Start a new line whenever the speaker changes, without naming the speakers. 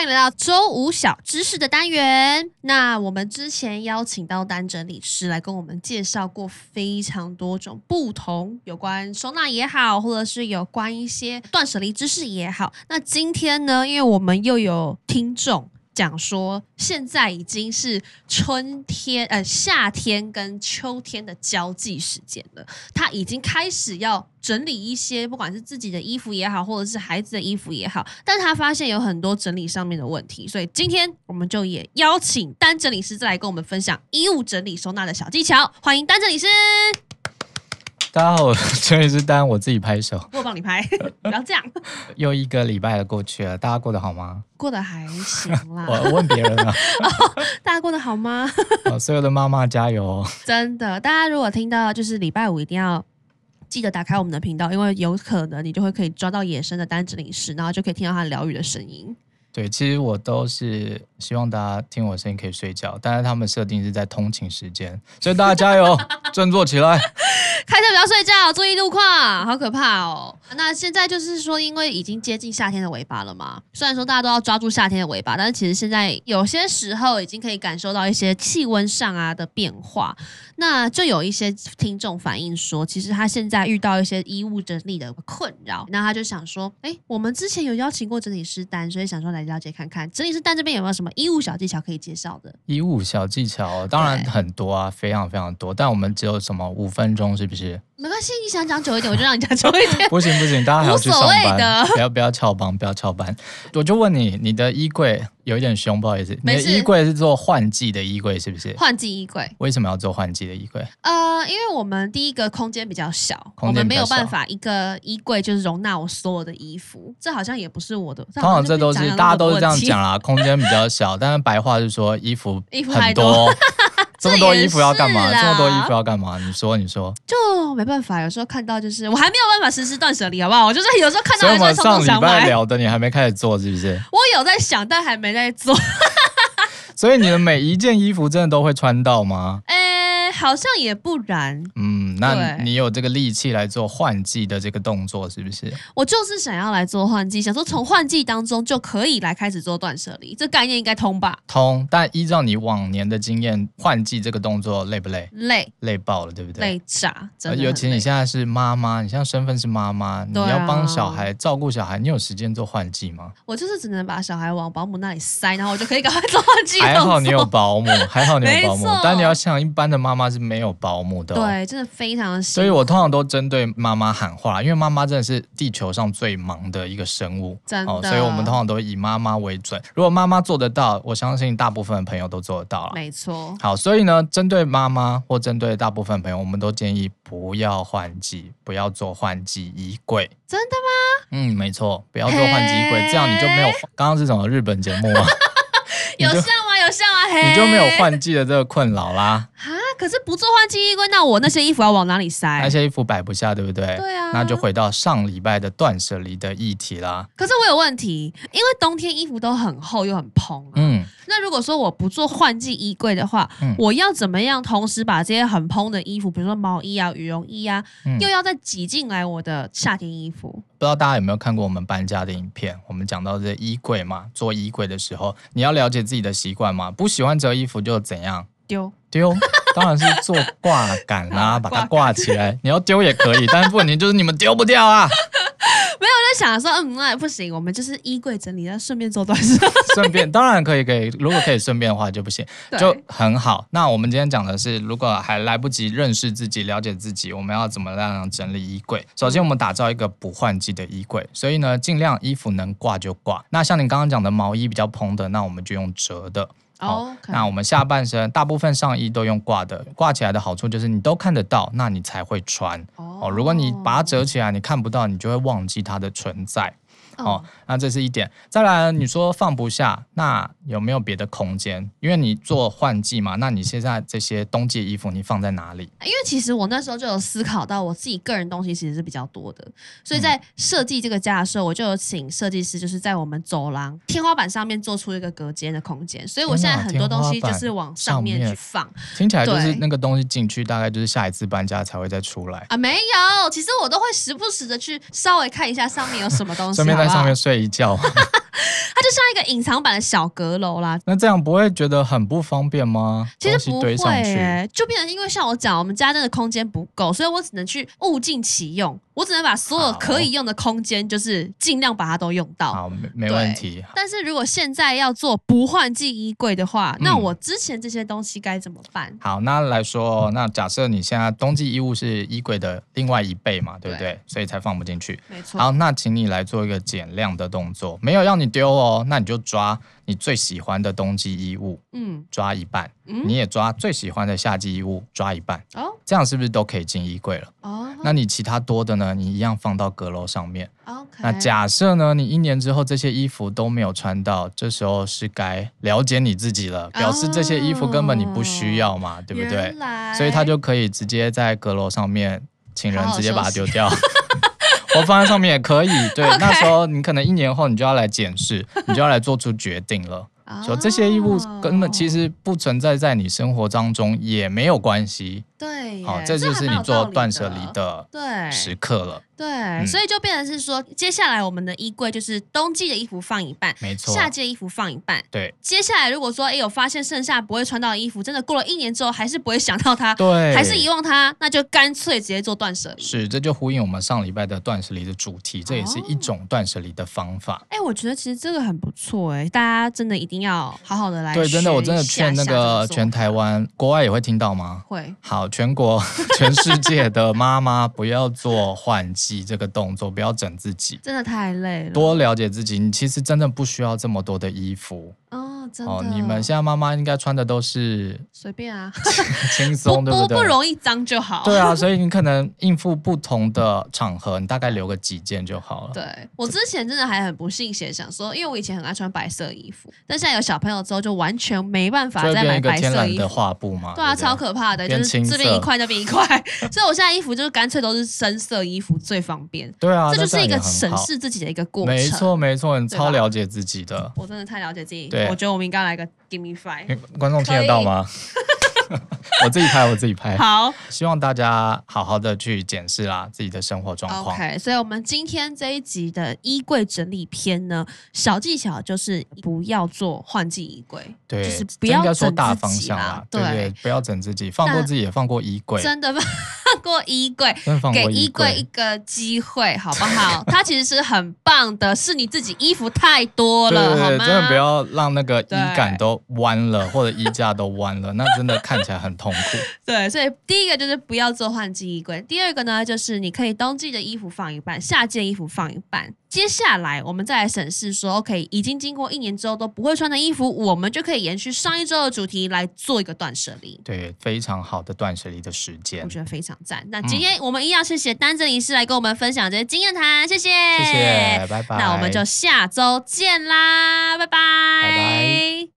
迎来到周五小知识的单元。那我们之前邀请到单整理师来跟我们介绍过非常多种不同有关收纳也好，或者是有关一些断舍离知识也好。那今天呢，因为我们又有听众。讲说，现在已经是春天、呃夏天跟秋天的交际时间了。他已经开始要整理一些，不管是自己的衣服也好，或者是孩子的衣服也好，但他发现有很多整理上面的问题，所以今天我们就也邀请单整理师再来跟我们分享衣物整理收纳的小技巧。欢迎单整理师，
大家好，我是整理师丹，我自己拍手。
我帮你拍，不要这样，
又一个礼拜的过去了，大家过得好吗？
过得还行啦。
我问别人了，
大家过得好吗？
好所有的妈妈加油哦！
真的，大家如果听到就是礼拜五一定要。记得打开我们的频道，因为有可能你就会可以抓到野生的单指领师，然后就可以听到它疗愈的声音。
对，其实我都是希望大家听我的声音可以睡觉，但是他们设定是在通勤时间，所以大家 加油，振作起来！
开车不要睡觉，注意路况，好可怕哦！那现在就是说，因为已经接近夏天的尾巴了嘛，虽然说大家都要抓住夏天的尾巴，但是其实现在有些时候已经可以感受到一些气温上啊的变化。那就有一些听众反映说，其实他现在遇到一些衣物整理的困扰，那他就想说，哎，我们之前有邀请过整理师丹，所以想说来了解看看整理师丹这边有没有什么衣物小技巧可以介绍的。
衣物小技巧哦当然
对
很多啊，非常非常多，但我们只有什么五分钟，是不是？
没关系，你想讲久一点，我就让你讲久一点。
不行不行，大家还要去上
无所谓的
班，不要不要翘班，不要翘班。我就问你，你的衣柜有一点凶，不好意思，你
没
的
事
衣柜是做换季的衣柜，是不 是？
换季衣柜。
为什么要做换季的衣柜？
呃，因为我们第一个空间比较小，我
空间
们
比
没
较
有办
小
法一个衣柜就是容纳我所有的衣服，这好像也不是我的。
通常这都
好
是
像
大家都是这样
变成了
讲啦，空间比较小，但是白话是说衣服
衣服太
很
多
多， 这么多衣服要干嘛？
这也
这
是啦
么多衣服要干嘛？你说你说。
我的问题，就没办法。有时候看到就是我还没有办法实施断舍离，好不好？我就是有时候看到
所以
还是会
我们
冲
上
动想
礼拜
买。
聊的你还没开始做是不是？
我有在想，但还没在做。
所以你的每一件衣服真的都会穿到吗？
哎，好像也不然，
嗯，那
对
你有这个力气来做换季的这个动作是不是？
我就是想要来做换季，想说从换季当中就可以来开始做断舍离，这概念应该通吧？
通，但依照你往年的经验，换季这个动作累不累？
累
累爆了，对不对？
累炸，真的
呃
很累。
尤其你现在是妈妈，你现在身份是妈妈，你
对啊
要帮小孩照顾小孩，你有时间做换季 吗？
我就是只能把小孩往保姆那里塞，然后我就可以赶快 做换季动
还
作。
好你有保姆，还好你有 保
没
姆
错，
但你要想，一般的妈妈是没有保姆的、哦。。
对，真的非常的辛苦。
所以，我通常都针对妈妈喊话，因为妈妈真的是地球上最忙的一个生物，哦
真的
所以我们通常都以妈妈为准。如果妈妈做得到，我相信大部分的朋友都做得到了。
没错，
好，所以呢，针对妈妈或针对大部分朋友，我们都建议不要换季，不要做换季衣柜。
真的吗？
嗯，没错，不要做换季衣柜，这样你就没有刚刚是什么日本节目啊？你
有
就
像吗？有像吗？嘿，
你就没有换季的这个困扰啦。
啊？可是不做换季衣柜，那我那些衣服要往哪里
那
塞？
些衣服摆不下，对不对？
哎对啊
那就回到上礼拜的断舍离的议题啦。
可是我有问题，因为冬天衣服都很厚又很蓬、啊。
嗯，
那如果说我不做换季衣柜的话，
嗯
我要怎么样同时把这些很蓬的衣服，比如说毛衣啊、羽绒衣啊，
嗯
又要再挤进来我的夏天衣服？
不知道大家有没有看过我们搬家的影片？我们讲到这衣柜嘛，做衣柜的时候，你要了解自己的习惯嘛，不喜欢折衣服就怎样。
丢
丢，当然是做挂杆
啊
啦，把它
挂
挂起来。你要丢也可以，但是问题就是你们丢不掉啊。
我在想说，嗯，那不行，我们就是衣柜整理，要顺便做断 舍。
顺便，当然可以，可以。如果可以顺便的话就不行，
对
就很好。那我们今天讲的是，如果还来不及认识自己、了解自己，我们要怎么样整理衣柜？首先，我们打造一个不换季的衣柜，所以呢，尽量衣服能挂就挂。那像你刚刚讲的毛衣比较蓬的，那我们就用折的。好
哦，
那我们下半身大部分上衣都用挂的，挂起来的好处就是你都看得到，那你才会穿。哦，如果你把它折起来，你看不到，你就会忘记它的存在。哦，那这是一点。再来，你说放不下，那有没有别的空间？因为你做换季嘛，那你现在这些冬季衣服你放在哪里？
因为其实我那时候就有思考到，我自己个人东西其实是比较多的，所以
嗯
在设计这个家的时候，我就有请设计师，就是在我们走廊天花板上面做出一个隔间的空间，所以我现在很多东西就是往上面去放
听起来就是
对
那个东西进去，大概就是下一次搬家才会再出来，
啊，没有，其实我都会时不时的去稍微看一下上面有什么东西，
顺便
好不好
在上面睡一觉。
它就像一个隐藏版的小阁楼啦。
那这样不会觉得很不方便吗？
其实
东西
不
堆
会、
上去
欸，就变成因为像我讲，我们家真的空间不够，所以我只能去物尽其用，我只能把所有
好
可以用的空间，就是尽量把它都用到。
好，没没问题。
但是如果现在要做不换季衣柜的话，那
嗯
我之前这些东西该怎么办？
好，那来说，那假设你现在冬季衣物是衣柜的另外一倍嘛，对不对？所以才放不进去。
没错，
好，那请你来做一个减量的动作，没有让你丢哦，那你就抓你最喜欢的冬季衣物，
嗯
抓一半，
嗯，
你也抓最喜欢的夏季衣物，抓一半，
哦
这样是不是都可以进衣柜了？
哦，
那你其他多的呢，你一样放到阁楼上面。
OK，
那假设呢，你一年之后这些衣服都没有穿到，这时候是该了解你自己了，表示这些衣服根本你不需要嘛，对不对
哦原？来
所以他就可以直接在阁楼上面请人
好好
直接把它
休
丢
息
掉。 我放在上面也可以，对
OK
那时候你可能一年后你就要来检视，你就要来做出决定 了。
哦
说这些衣物根本其
实
实不存在在你生活当中也没有关系，
对耶，
好、这
还
就是
蛮
你
有
做
道理
断舍离的
对
时刻了，
对、
嗯
所以就变成是说，接下来我们的衣柜就是冬季的衣服放一半，
没错，
夏季的衣服放一半。
对
接下来如果说哎有发现剩下不会穿到的衣服，真的过了一年之后还是不会想到它，
对，
还是遗忘它，那就干脆直接做断舍离。
是，这就呼应我们上礼拜的断舍离的主题，这也是
哦
一种断舍离的方法。
哎、我觉得其实这个很不错哎、大家真的一定要好好的来学一
对，
下。
真的，我真的劝那个
下次
全台湾、国外也会听到吗？
会
好，全国、 全世界的妈妈不要做换季这个动作，不要整自己，
真的太累了，
多了解自己。你其实真的不需要这么多的衣服
哦，真的
哦。你们现在妈妈应该穿的都是
随便啊，
轻
不
松，对
不
对？
不容易脏就好。
对啊，所以你可能应付不同的场合，你大概留个几件就好了。
对我之前真的还很不信邪，想说，因为我以前很爱穿白色衣服，但现在有小朋友之后，就完全没办法
就会
再
变
买
一个
白
天
色
然
衣
的
服。
画布嘛，
对啊，
不
超可怕的，就
变
是
青
这边一
色
块，那边一 块，所以我现在衣服就是干脆都是深色衣服最方便，
对啊，
这就是一
那
个
样也很
审
好
视自己的一个过程。
没，错没错，你
对
超
吧
了解自己的。
我真的太了解自己，
对
我觉得我们应该来个 give me five。
诶观众听得到吗？ 我自己拍，我自己 拍。
好
希望大家好好的去检视啦自己的生活状况。
，OK，所以我们今天这一集的衣柜整理篇呢，小技巧就是不要做换季衣柜，
对，
就是不
这应
要
该说
整
大
自
方
己
向
啦
对
对
对，不要整自己，放过
那
自己也放过衣柜，
真的放过衣柜。
真的放
给
过
衣柜一
柜。
个机会，好不 好？它其实是很棒的，是你自己衣服太多
对
了，好
对对，
吗？
真的不要让那个衣
对
杆都弯了，或者衣架都弯了，那真的看起来很痛苦。
对，所以第一个就是不要做换季衣柜，第二个呢，就是你可以冬季的衣服放一半，夏季的衣服放一半。接下来我们再来审视说，OK，已经经过一年之后都不会穿的衣服，我们就可以延续上一周的主题来做一个断舍离。
对，非常好的断舍离的时 间
我。觉得非常赞。那今天我们一样谢谢丹泽理师来跟我们分享这些经验谈，谢谢，
谢谢，拜拜。
那我们就下周见啦，拜拜，
拜拜。